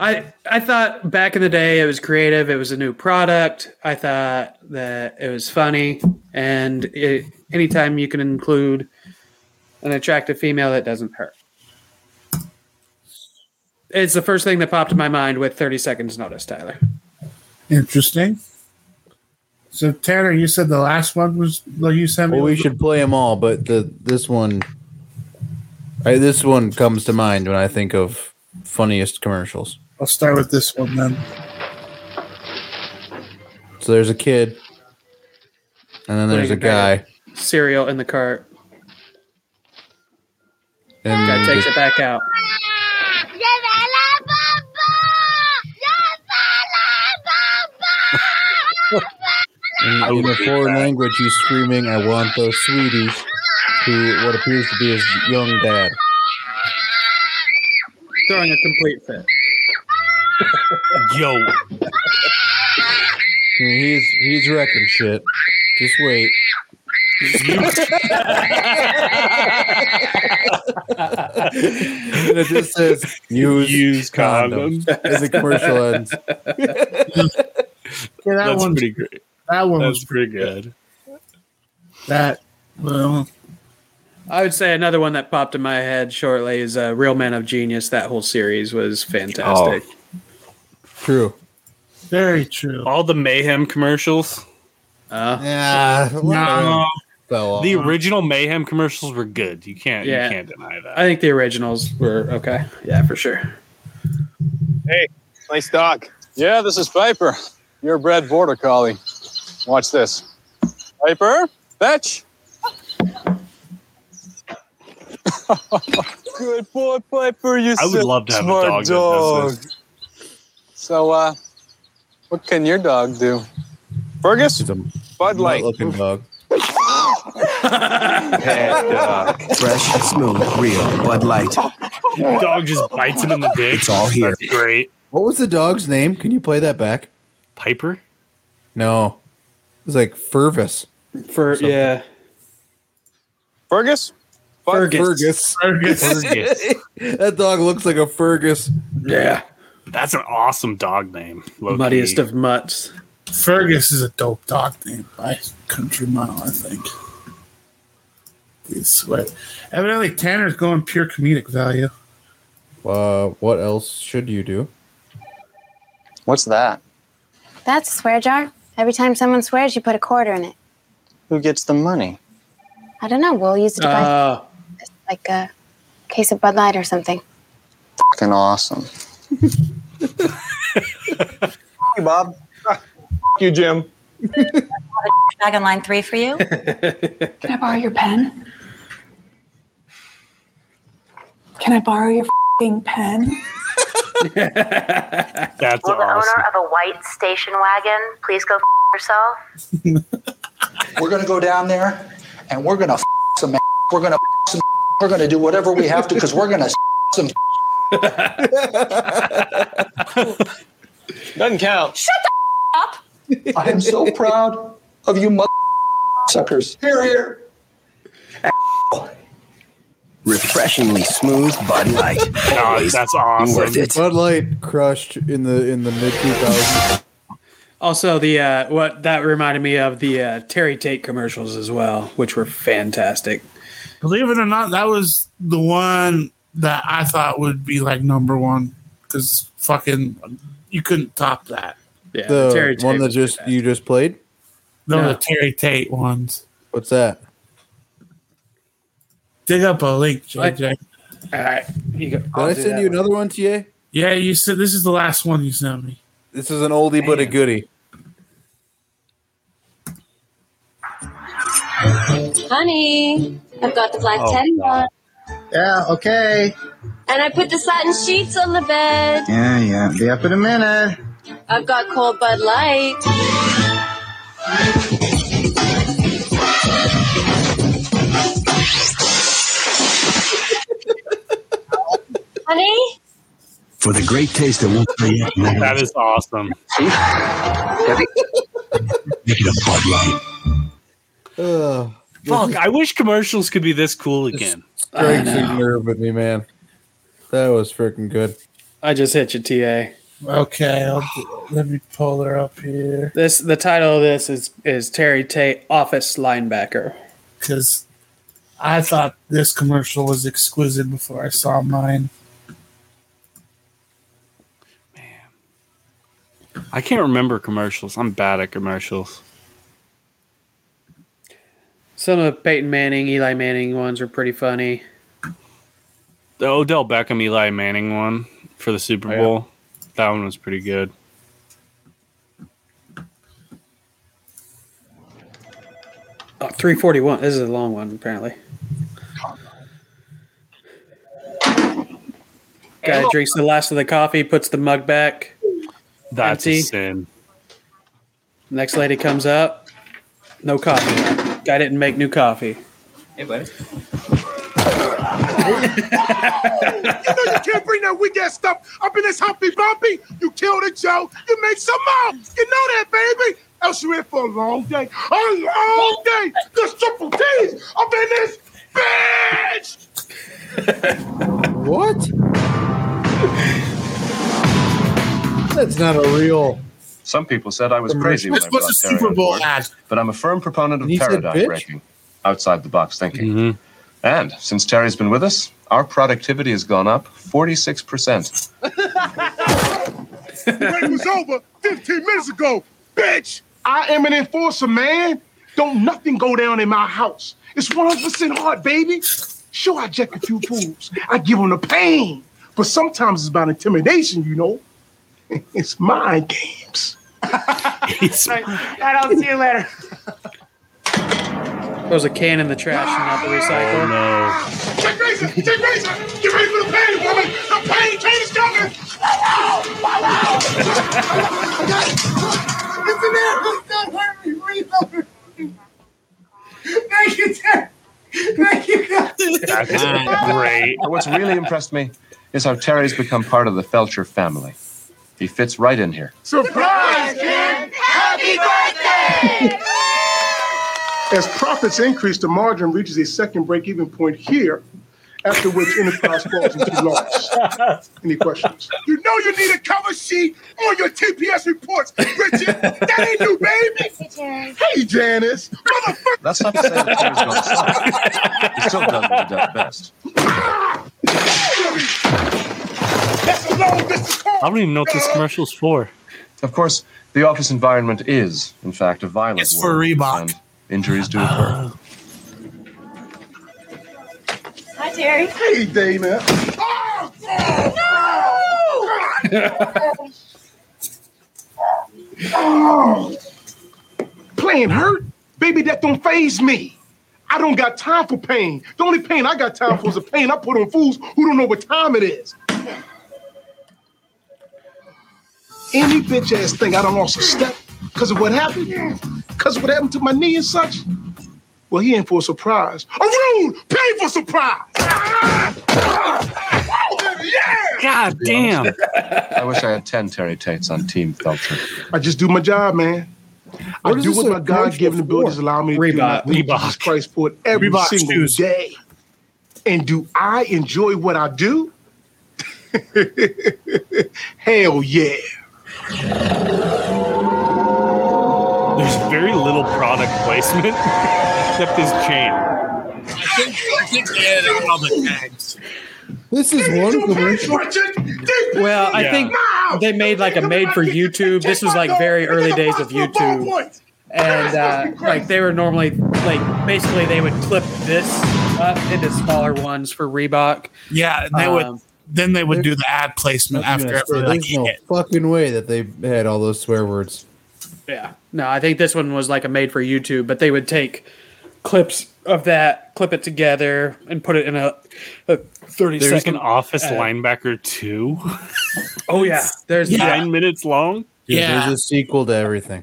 D: I I thought back in the day it was creative. It was a new product. I thought that it was funny, and it, anytime you can include an attractive female, that doesn't hurt. It's the first thing that popped in my mind with 30 seconds notice, Tyler.
C: Interesting. So Tanner, you said the last one was like you sent me.
B: Well, we
C: was-
B: should play them all, but the this one, I, this one comes to mind when I think of funniest commercials.
C: I'll start with this one then.
B: So there's a kid, and then there's a guy,
D: Cereal in the cart.
B: and
D: Guy takes it back out.
B: In, in a foreign language, he's screaming, I want those sweeties, to what appears to be his young dad.
D: Throwing a complete fit.
E: Yo,
B: I mean, he's, he's wrecking shit. Just wait. And it just says use,
E: Use condoms.
B: as the commercial ends.
C: Yeah, that
E: That's
C: one.
E: pretty great.
C: That one
E: That's
C: was
E: pretty good.
C: that. Well,
D: I would say another one that popped in my head shortly is uh, Real Men of Genius. That whole series was
B: Oh,
D: fantastic.
B: True.
C: very true.
E: All the mayhem commercials.
D: Uh,
B: Yeah.
C: No. Oh,
B: Fell off.
E: The original mayhem commercials were good. You can't.
D: Yeah.
E: You can't deny that.
D: I think the originals were okay. Yeah, for sure.
H: Nice doc. Yeah, this is Piper. You're a bred border collie. Watch this. Piper, fetch. Good boy, Piper. You
E: I would
H: such
E: love to have a
H: smart
E: dog that does
H: dog. So, uh, what can your dog do? Fergus,
B: It's a
H: Bud Light.
B: looking dog.
H: Bad dog.
I: Fresh, smooth, real Bud Light.
E: The dog just bites him in the dick. It's all
I: here.
E: That's great.
B: What was the dog's name? Can you play that back?
E: Piper.
B: No. It was like Fergus.
D: For yeah,
H: Fergus,
D: Fergus.
B: Fergus.
E: Fergus.
B: that dog looks like a Fergus.
D: yeah,
E: That's an awesome dog name. low-key.
D: muddiest of mutts.
C: Fergus is a dope dog name by Country Mile, I think. Please sweat. Evidently, Tanner's going pure comedic value.
B: Uh, what else should you do?
H: what's that?
J: That's a swear jar. Every time someone swears, you put a quarter in it.
H: Who gets the money?
J: I don't know. We'll use it to buy
D: Uh,
J: like a case of Bud Light or something.
H: Fucking awesome. hey, Bob. you, Jim.
K: Back on line three for you.
J: Can I borrow your pen? Can I borrow your fing pen?
E: That's
K: Will the
E: awesome.
K: owner of a white station wagon please go f- yourself?
I: We're going to go down there and we're going to some ass. We're going to some We're going to do whatever we have to because we're going to some
H: Doesn't count.
I: I am so proud of you mother suckers. Here, here.
F: Refreshingly smooth Bud Light.
E: God, that's awesome.
B: Bud Light crushed in the in the mid 2000s.
D: also, the uh, what that reminded me of the uh, Terry Tate commercials as well, which were fantastic.
C: Believe it or not, that was the one that I thought would be like number one because fucking you couldn't top that.
D: Yeah,
B: The
D: Terry Tate
B: one that
D: was
B: just
D: fantastic.
B: you just played.
C: No,
D: No.
C: the Terry Tate ones.
B: What's that?
C: Dig up a link,
D: What?
C: JJ.
D: All right, you go.
B: Did i send you another one, TA?
C: Yeah, you said this is the last one you sent me.
B: This is an oldie but a goodie.
K: Honey, I've got the black teddy on.
I: Yeah, okay.
K: And I put the satin sheets on the bed.
I: Yeah, yeah. Be up in a minute.
K: I've got cold Bud Light. Honey?
F: For the great taste that won't be yet,
E: That is awesome.
F: make it a Bud Light.
B: Ugh.
E: Fuck, I wish commercials could be this cool again.
B: Strikes a nerve with me, man. That was freaking good.
D: I just hit you, TA.
C: Okay, I'll let me pull her up here
D: This the title of this is is Terry Tate office linebacker.
C: because I thought this commercial was exquisite before I saw mine.
E: I can't remember commercials. I'm bad at commercials.
D: Some of Peyton Manning, Eli Manning ones were pretty funny.
E: The Odell Beckham Eli Manning one for the Super Bowl. That one was pretty good.
D: Oh, 341. This is a long one, apparently. Guy drinks the last of the coffee, puts the mug back.
E: That's
D: Empty.
E: a sin.
D: Next lady comes up. No coffee. Guy didn't make new coffee.
H: Hey, buddy.
L: you know you can't bring that weak ass stuff up in this humpy bumpy. You kill the Joe, you make some more. You know that, baby. Else you're in for a long day. A long day. There's triple T's up in this bitch.
G: What? That's not a real.
F: Some people said I was crazy when I
G: What's
F: brought
G: the
F: Terry
G: Super
F: on
G: Bowl
F: board, but I'm a firm proponent of
G: He said
F: paradigm
G: bitch?
F: breaking, outside the box thinking. And since Terry's been with us, our productivity has gone up 46%.
L: The break was over 15 minutes ago, bitch. I am an enforcer, man. Don't nothing go down in my house. It's 100% hard, baby. Sure, I jack a few fools. I give them the pain. But sometimes it's about intimidation, you know. It's mind games.
D: I don't see you later. There was a can in the trash and not the
E: Oh,
D: recycle.
L: Take Grayson! Take Grayson! Get ready for the pain, woman! The pain train is coming!
M: Thank you, Ted. Thank you, guys.
F: great. What's really impressed me is how Terry's become part of the Felcher family. He fits right in here.
L: Surprise, kid! Happy birthday! As profits increase, the margin reaches a second break-even point here, after which enterprise falls into loss. Any questions? You know you need a cover sheet on your TPS reports, Richard. That ain't new, baby. Hey, Janice. Motherfucker.
F: That's not to say that Terry's going to suck. He still does what he does best.
N: I don't even know what this commercial's for.
F: Of course, the office environment is, in fact, a violent
N: It's for
F: one, and injuries do occur.
L: Hi, Terry. Hey, Dana. Oh, Playing hurt? Baby, that don't phase me. I don't got time for pain. The only pain I got time for is the pain I put on fools who don't know what time it is. Any bitch ass thing I done lost a step because of what happened, because of what happened to my knee and such. Well, he in for a surprise. A rude, painful surprise.
N: God
F: damn. I wish I had 10 Terry Tates on Team Felcher.
L: I just do my job, man. I do what my God given abilities allow me to do. and I
F: Reebok.
L: thank Jesus Christ for it every
F: Reebok
L: single
F: shoes.
L: day. And do I enjoy what I do? Hell yeah.
E: There's very little product placement except his chain.
G: This is one commercial.
D: Well, I
E: Yeah.
D: think they made like a made for YouTube. This was like very early days of YouTube. And uh, like they were normally like basically they would clip this up into smaller ones for Reebok.
C: Yeah, and they would
D: Um,
C: then they would do the ad placement
G: I'm
C: after
G: gonna say,
C: every like
G: there's no fucking way that they had all those swear words.
D: Yeah. No, I think this one was like a made for YouTube, but they would take clips of that, clip it together, and put it in a, a thirty
E: There's an
G: Uh,
E: office
D: line.
E: linebacker too.
D: Oh yeah, there's
E: nine minutes long.
G: Dude,
C: Yeah.
G: There's a sequel to everything.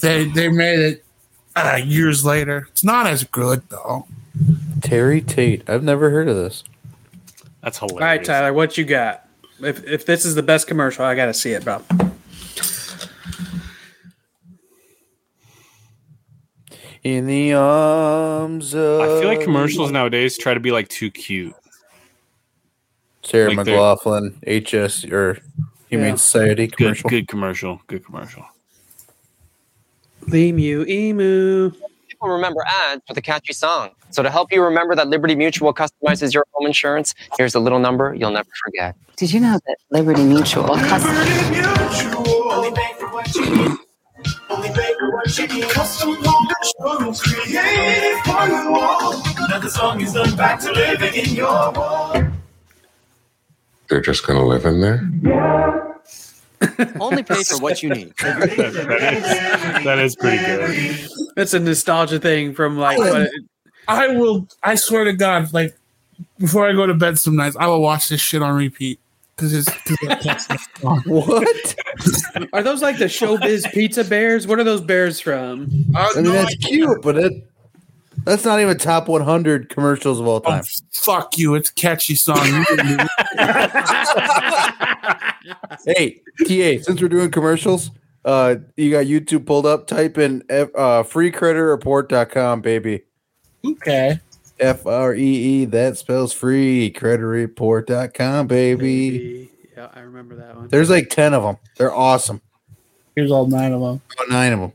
C: they they made it uh, years later. It's not as good though.
B: Terry Tate. I've never heard of this.
E: That's
D: All right, Tyler, what you got? If, if this is the best commercial, I gotta see it, bro.
B: In the arms of.
E: I feel like commercials nowadays try to be like too cute.
B: Sarah
E: like they're-
B: McLaughlin, HS or Humane
E: Yeah.
B: Society
E: Good-
B: commercial.
E: Good commercial. Good commercial.
D: Emu, emu.
O: People remember ads with a catchy song. So to help you remember that Liberty Mutual customizes your home insurance, here's a little number you'll never forget.
P: Did you know that Liberty Mutual custom-
M: Only pay for what you need. Only pay for what you need. Custom home insurance created for you all. Now the song is done back to living in your world.
Q: They're just going to live in there?
O: Only pay for what you need.
E: that, is, that is pretty good.
D: That's a nostalgia thing from like.
C: I,
D: What,
C: I will. I swear to God, like before I go to bed some nights, I will watch this shit on repeat because it's. 'cause it's-
G: what?
D: are those like the showbiz pizza bears? What are those bears from?
G: I mean, that's cute, but it.
B: That's not even top 100 commercials of all time.
C: Fuck you. It's a catchy song.
B: hey, TA, since we're doing commercials, uh, you got YouTube pulled up. Type in F, uh, freecreditreport.com, baby.
C: Okay.
B: F R E E, that spells free. Creditreport.com, baby. baby.
D: Yeah, I remember that one.
B: There's like 10 of them. They're awesome.
C: Here's all nine of them.
B: All nine of them.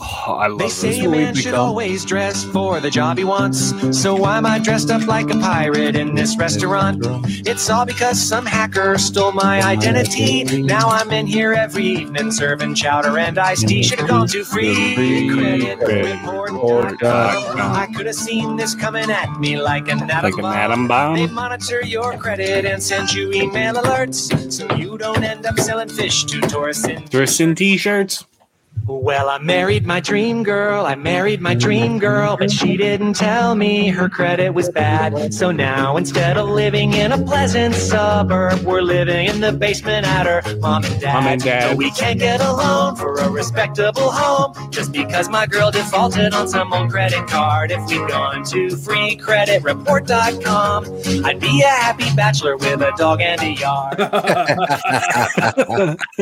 E: Oh, I love
R: They
E: this.
R: say a man should always dress for the job he wants. So I'm I dressed up like a pirate in this restaurant? It's all because some hacker stole my identity. Now I'm in here every evening serving chowder and iced tea. Should have gone to free credit. I could have seen this coming at me like an
E: Like
R: atom
E: an
R: bomb.
E: atom
R: They
E: bomb.
R: monitor your credit and send you email alerts so you don't end up selling fish to tourists in
E: Dress in t-shirts.
R: well, I married my dream girl. I married my dream girl, but she didn't tell me her credit was bad. So now instead of living in a pleasant suburb, we're living in the basement at her mom and dad.
E: Mom and dad.
R: So we can't get a loan for a respectable home just because my girl defaulted on some old credit card. If we'd gone to freecreditreport.com, I'd be a happy bachelor with a dog and a yard. well,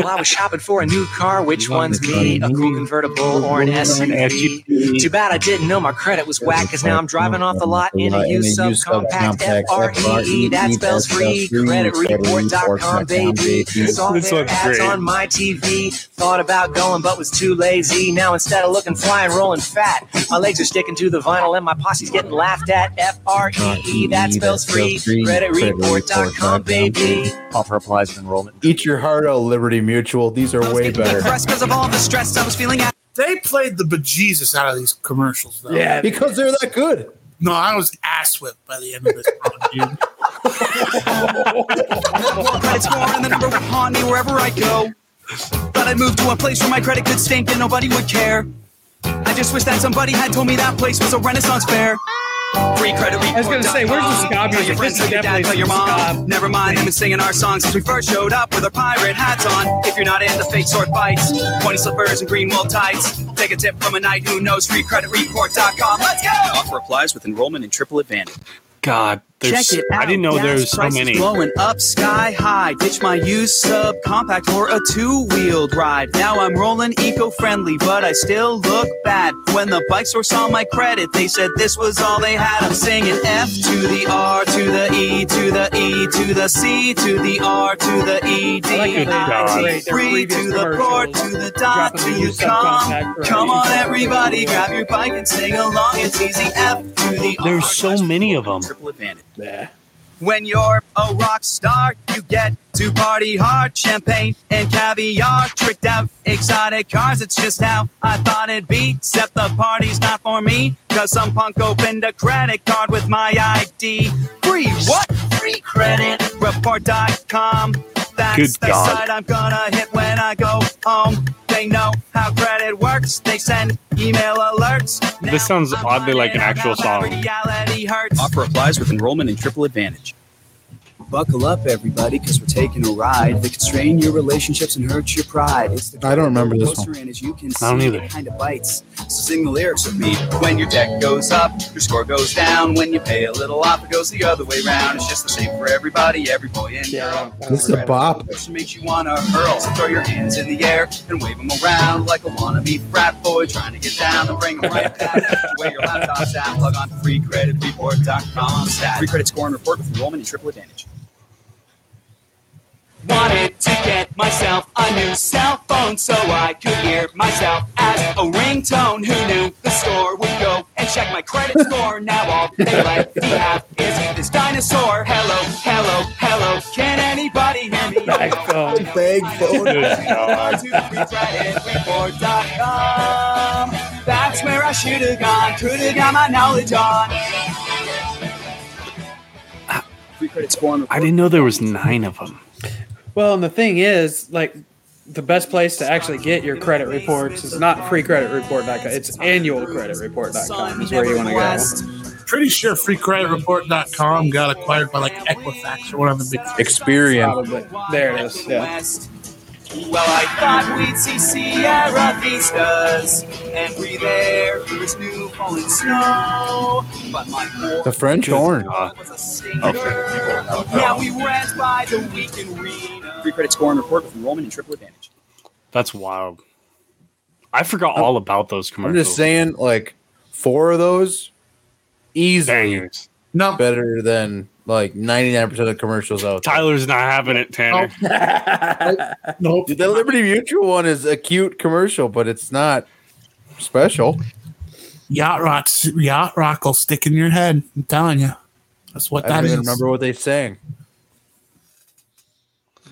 R: I was shopping for a new car. Which one's me? A cool convertible or an SUV? Too bad I didn't know my credit was whack because now I'm driving off the lot in a used subcompact FRE. E, That spells free. CreditReport.com, baby. Saw
E: This
R: their
E: one's
R: ads
E: great.
R: on my TV. Thought about going but was too lazy. Now instead of looking fly and rolling fat, my legs are sticking to the vinyl and my posse's getting laughed at.
B: E
R: FRE. E. That spells free. CreditReport.com, baby.
B: Offer applies for enrollment. Eat your heart out, Liberty Mutual. These are way better.
R: Because of all the stress I was feeling at
C: They played the bejesus out of these commercials, though.
B: Yeah. Because they're that good.
C: No, I was ass whipped by the end of this.
R: Well, credit score and the number would haunt me wherever I go. Thought I'd move to a place where my credit could stink and nobody would care. I just wish that somebody had told me that place was a Renaissance fair. Free credit report.
D: I was gonna say, where's the ska
R: Tell your
D: music? This
R: friends, tell
D: is
R: your dad,
D: definitely
R: tell your
D: some
R: mom. Never mind, they've been singing our songs since we first showed up with our pirate hats on. If you're not into fake sword fights, pointy slippers and green wool tights, take a tip from a knight who knows. FreeCreditReport.com. Let's go. Offer applies with enrollment and triple advantage.
E: God, there's.
R: Check it out.
E: I didn't know
R: Gas
E: there was so
R: prices
E: many.
R: Blowing up sky high. Ditch my used sub compact for a two wheeled ride. Now I'm rolling eco friendly, but I still look bad. When the bike store saw my credit, they said this was all they had. I'm singing F to the R to the E to the E to the C to the R to the E D
M: Good God.
R: I T free to the port to the dot to you come. Come on everybody, grab your bike and sing along. It's easy F to the R.
E: There's so many of them.
R: Triple advantage. When you're a rock star, you get to party hard. Champagne and caviar, tricked out exotic cars. It's just how I thought it'd be. Except the party's not for me, cause some punk opened a credit card with my ID. Free what? Free credit. Report.com. That's
E: Good
R: the
E: God.
R: site I'm gonna hit when I go home. They know how credit works. They send email alerts.
E: This sounds oddly like an actual song.
R: Reality hurts.
S: Offer applies with enrollment and triple advantage.
R: Buckle up, everybody, because we're taking a ride. They constrain your relationships and hurt your pride. It's the
B: I don't remember this one.
R: and as you can
B: I don't
R: see,
B: either.
R: it kind of bites. So sing the lyrics with me. When your deck goes up, your score goes down. When you pay a little off, it goes the other way round. It's just the same for everybody, every boy and girl.
B: This is a bop.
R: It makes you wanna hurl, so throw your hands in the air and wave them around like a wannabe frat boy trying to get down and bring them right back. Wear your laptops out, plug on freecreditreport.com stat. Free credit score and report with enrollment and triple advantage. Wanted to get myself a new cell phone so I could hear myself as a ringtone. Who knew the store would go and check my credit score? Now all they let me have is this dinosaur. Hello, hello, hello. Can anybody hear me? Bag
B: Oh,
R: phone. Bag phone. That's where I should have gone. Could have got my knowledge on. Free credit score.
E: I didn't know there was nine of them.
D: Well, and the thing is, like, the best place to actually get your credit reports is not freecreditreport.com. It's annualcreditreport.com is where you want to go.
C: Pretty sure freecreditreport.com got acquired by like Equifax or one of the big
B: Experian.
D: Probably. There it is. Yeah.
R: Well, I thought we'd see Sierra Vistas every there. There's new falling snow, but my poor
B: The French horn.
R: Now we went by the weekend read.
S: Free credit score and report with enrollment and triple advantage.
E: That's wild. I forgot all about those
B: I'm
E: commercials.
B: just saying, like four of those, easy,
C: no
B: better than like 99 percent of commercials out. there.
E: Tyler's not having it, Tanner.
C: Oh.
B: Nope. The Liberty Mutual one is a cute commercial, but it's not special.
C: Yacht rock, yacht rock will stick in your head. I'm telling you, that's what
B: I
C: that
B: don't
C: is.
B: even remember what they sang.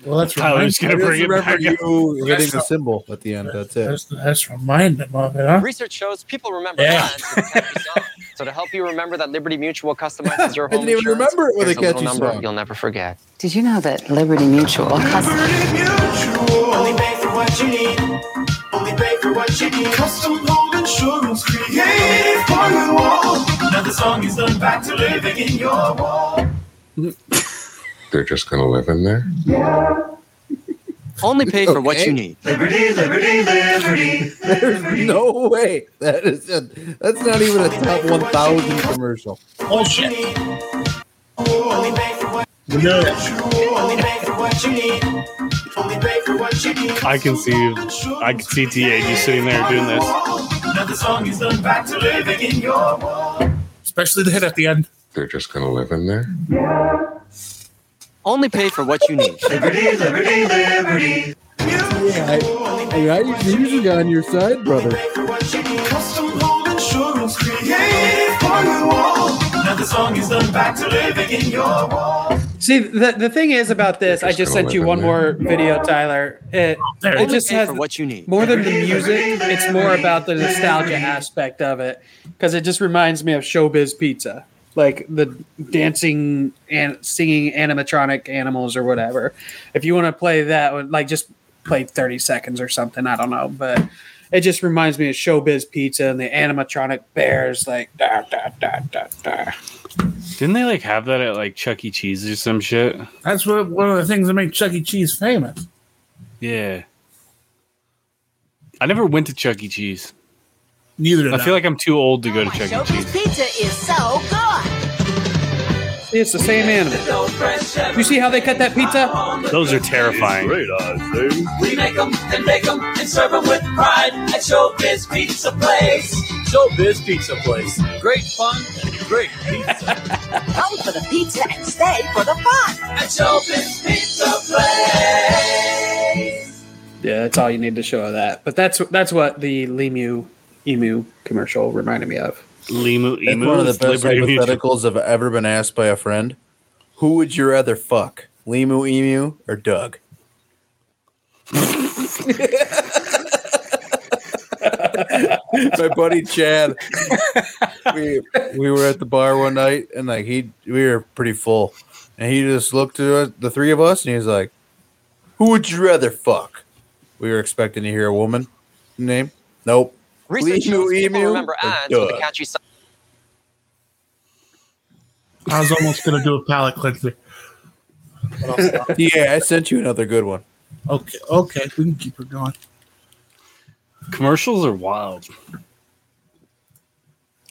C: Well, that's
B: Tyler's
C: reminding-
B: gonna bring it back
C: remember
B: up. you hitting
C: That's
B: the
C: not-
B: symbol at the end. That's it.
C: That's, that's reminding him of it, huh?
O: Research shows people remember
C: Yeah.
O: ads with catchy songs. So to help you remember that Liberty Mutual customizes your
P: I didn't
O: home
P: even
O: insurance,
P: remember it with
O: here's
P: a
O: little
P: catchy
O: number
P: song.
O: you'll never forget.
P: Did you know that Liberty Mutual custom-
M: Only pay for what you need. Only pay for what you need. Custom home insurance created for you all. Now the song is done back to living in your wall.
Q: They're just going to live in there?
O: Only pay for what you need.
M: Liberty, liberty, liberty.
B: There's no way that is a, that's not even a top 1,000 commercial.
M: Oh shit. Only pay for what Only pay for what you need. Only pay for what you need.
E: I can see, I can see TA just sitting there doing this.
M: Now the song is done back to living in your wall.
C: Especially the hit at the end.
Q: They're just going to live in there?
O: Only pay for what you need.
M: Liberty, liberty, liberty.
B: Yeah, I, I, I'm usually on your side, brother.
M: Custom home insurance created for you all. Now the song is done back to living in your wall.
D: See, the, the thing is about this, I just sent you one more video, Tyler. It, it
O: Only
D: just
O: pay
D: has
O: for what you need.
D: more than the music, it's more about the nostalgia aspect of it because it just reminds me of Showbiz Pizza, like the dancing and singing animatronic animals or whatever. If you want to play that, one, like just play 30 seconds or something, I don't know, but it just reminds me of Showbiz Pizza and the animatronic bears, like da da da da da.
E: Didn't they like have that at like Chuck E. Cheese or some shit?
C: That's what, one of the things that made Chuck E. Cheese famous.
E: Yeah. I never went to Chuck E. Cheese.
C: Neither did
E: I feel like I'm too old to go to Chuck E. Cheese.
M: Pizza is so good.
D: See, it's the same animal. You see how they cut that pizza?
E: Those are terrifying.
M: We make 'em and make 'em and serve 'em with pride at Showbiz Pizza Place. Showbiz Pizza Place. Great fun and great pizza. Come for the pizza and stay for the fun at Showbiz Pizza Place.
D: Yeah, that's all you need to show of that. But that's that's what the Lemu Emu commercial reminded me of.
E: Lemu
B: That's one of the best hypotheticals I've ever been asked by a friend. Who would you rather fuck, Limu Emu or Doug? My buddy Chad. We we were at the bar one night and like he we were pretty full, and he just looked at us, the three of us and he was like, "Who would you rather fuck?" We were expecting to hear a woman name. Nope.
O: Research shows
B: Limu
O: people
B: Emu
O: remember
B: or
O: ads with a
B: Doug?
O: catchy song.
C: I was almost going to do a palate cleanser.
B: yeah, I sent you another good one.
C: Okay, okay, we can keep it going.
E: Commercials are wild.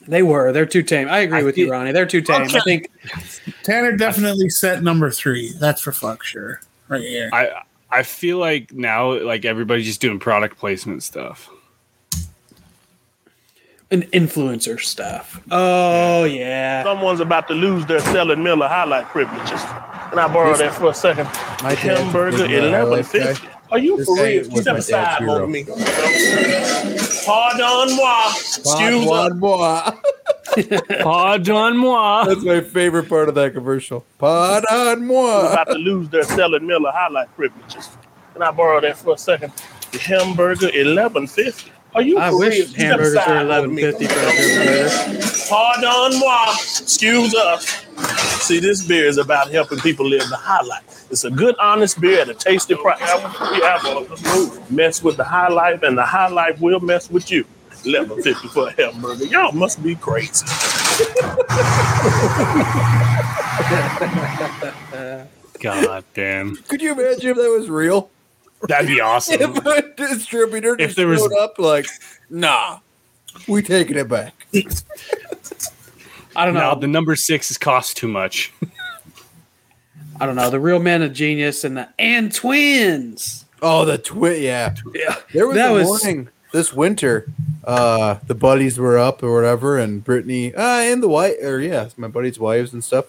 D: They were. They're too tame. I agree with you, Ronnie. They're too tame.
C: Okay.
D: I think
C: Tanner definitely set number three. That's for fuck sure. Right here.
E: I I feel like now like everybody's just doing product placement stuff.
D: an influencer stuff. Oh yeah.
T: Someone's about to lose their selling Miller highlight privileges. And I borrow that for a second.
B: My dad
T: Hamburger
B: was a
T: eleven
B: highlight guy.
T: fifty. Are you
B: This
T: for
B: guy
T: real?
B: was
T: Step
B: my dad's
T: aside,
B: hero.
T: over me. Pardon moi. Excuse
B: Pardon moi.
E: Pardon moi.
B: That's my favorite part of that commercial. Pardon
T: Someone's
B: moi.
T: about to lose their selling Miller highlight privileges. And I borrow that for a second. The hamburger eleven fifty. Are you
D: I
T: for
D: wish
T: real? Step
D: hamburgers were
T: aside, over
D: eleven
T: me.
D: fifty for a hamburger.
T: Pardon moi. Excuse us. See, this beer is about helping people live the high life. It's a good, honest beer at a tasty price. Mess with the high life, and the high life will mess with you. Eleven fifty for a hamburger. Y'all must be crazy.
E: God damn.
B: Could you imagine if that was real?
E: That'd be awesome.
B: if a distributor
E: If
B: just
E: there was-
B: showed up like, nah, we taking it back.
E: I don't know. the number six is cost too much.
D: I don't know. The real men of genius and the and twins.
B: Oh, the twin. Yeah,
D: yeah.
B: There was
D: that
B: a
D: was
B: morning this winter. Uh, the buddies were up or whatever, and Brittany uh, and the wife, or yeah, my buddies' wives and stuff.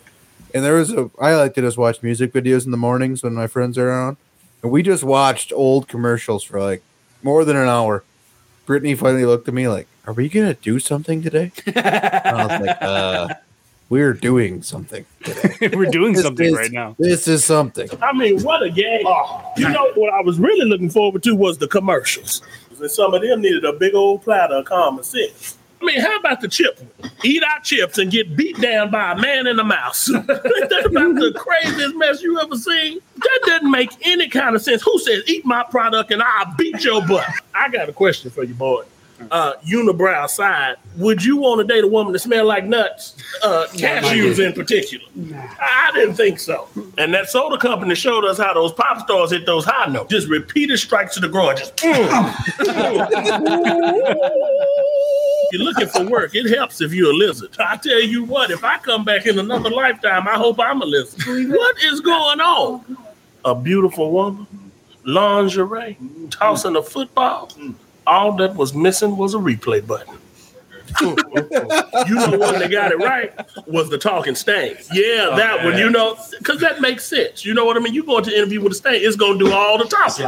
B: And there was a I like to just watch music videos in the mornings when my friends are around, and we just watched old commercials for like more than an hour. Brittany finally looked at me like, "Are we gonna do something today?" and I was like, "Uh, we're doing something.
E: We're doing
B: This
E: something
B: is-
E: right now.
B: This is something."
T: I mean, what a game! you know what I was really looking forward to was the commercials, and some of them needed a big old platter of common sense. I mean, how about the chip? one? Eat our chips and get beat down by a man and a mouse. Ain't that about the craziest mess you ever seen? That doesn't make any kind of sense. Who says eat my product and I'll beat your butt? I got a question for you, boy. Uh, unibrow side. Would you want to date a woman that smell like nuts? Uh, cashews in particular. I didn't think so. And that soda company showed us how those pop stars hit those high notes. Just repeated strikes to the groin. Just. mm, you're looking for work. It helps if you're a lizard. I tell you what, if I come back in another lifetime, I hope I'm a lizard. What is going on? A beautiful woman, lingerie, tossing a football. All that was missing was a replay button. you know one that got it right was the talking stain. Oh, Yeah, that
E: Okay.
T: one. You know, because that makes sense. You know what I mean? You going to interview with a stain, it's going to do all the talking.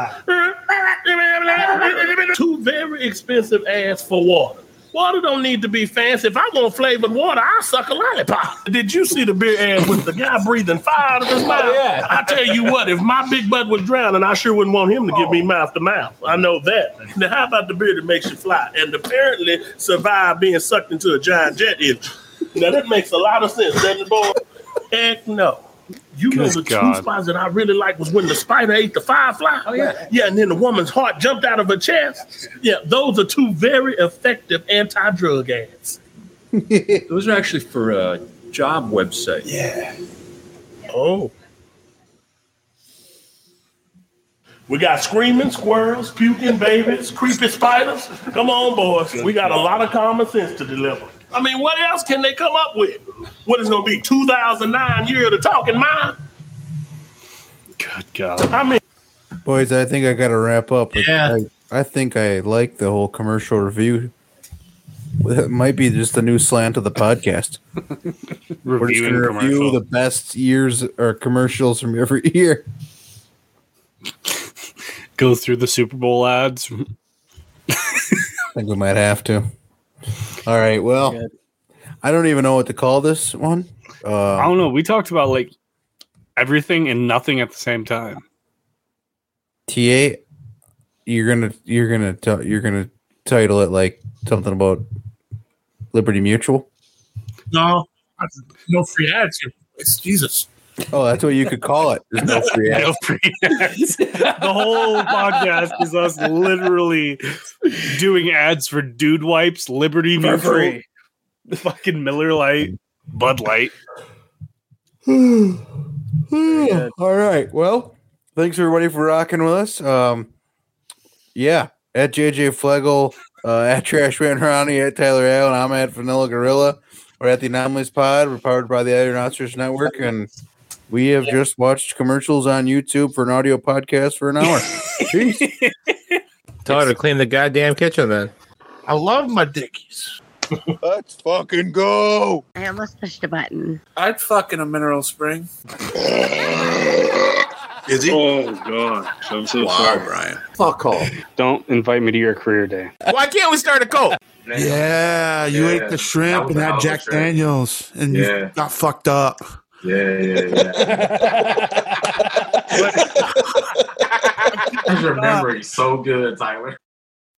T: Two very expensive ass for water. Water don't need to be fancy. If I want flavored water, I suck a lollipop. Did you see the beer ad with the guy breathing fire out of his mouth?
E: yeah.
T: I tell you what, if my big butt was drowning, I sure wouldn't want him to give me
E: Oh.
T: mouth to mouth. I know that. Now, how about the beer that makes you fly and apparently survive being sucked into a giant jet engine? Now that makes a lot of sense, doesn't it, boy? Heck no. You know
E: Good
T: the
E: God.
T: two spots that I really like was when the spider ate the firefly. Oh yeah, yeah, and then the woman's heart jumped out of her chest. Yeah, those are two very effective anti-drug ads.
S: Those are actually for a job website. Yeah.
T: Oh. We got screaming squirrels, puking babies, creepy spiders. Come on, boys. We got a lot of common sense to deliver. I mean, what else can they come up with? What is going to be 2009 year of the talking mind?
E: Good God.
T: I mean,
B: Boys, I think I got to wrap up. but
T: Yeah.
B: I, I think I like the whole commercial review. It might be just the new slant of the podcast. We're just going
E: Reviewing
B: to review
E: commercial.
B: the best years or commercials from every year.
E: Go through the Super Bowl ads.
B: I think we might have to. All right. Well, I don't even know what to call this one. Uh,
E: I don't know. We talked about like everything and nothing at the same time.
B: TA, you're gonna you're gonna t- you're gonna title it like something about Liberty Mutual.
C: No, no free ads here. It's Jesus.
B: Oh, that's what you could call it. There's no free ads.
E: the whole podcast is us literally doing ads for Dude Wipes, Liberty Mutual,
M: free.
E: fucking Miller Light, Bud Light.
B: All right. Well, thanks everybody for rocking with us. Um, yeah, at JJ Flegel, uh, at Trash Man Ronnie, at Tyler Allen, I'm at Vanilla Gorilla. We're at the Anomalies Pod. We're powered by the Aeronauts Network, and we have just watched commercials on YouTube for an audio podcast for an hour. Jeez.
U: Tell her to clean the goddamn kitchen then.
C: I love my dickies.
U: Let's fucking go.
V: I almost pushed a button.
C: I'd fuck in a mineral spring.
E: Is he?
C: Oh,
E: God. I'm so
C: Wow,
E: sorry,
C: Brian.
E: Fuck off. Don't invite me to your career day.
U: Why can't we start a cult?
W: Yeah, you
U: Yeah.
W: ate the shrimp and
U: That
W: had
U: was
W: Jack
U: the shrimp.
W: Daniels, and
U: Yeah.
W: you got fucked up.
U: Yeah, yeah, yeah. I remember so Oh, good, Tyler.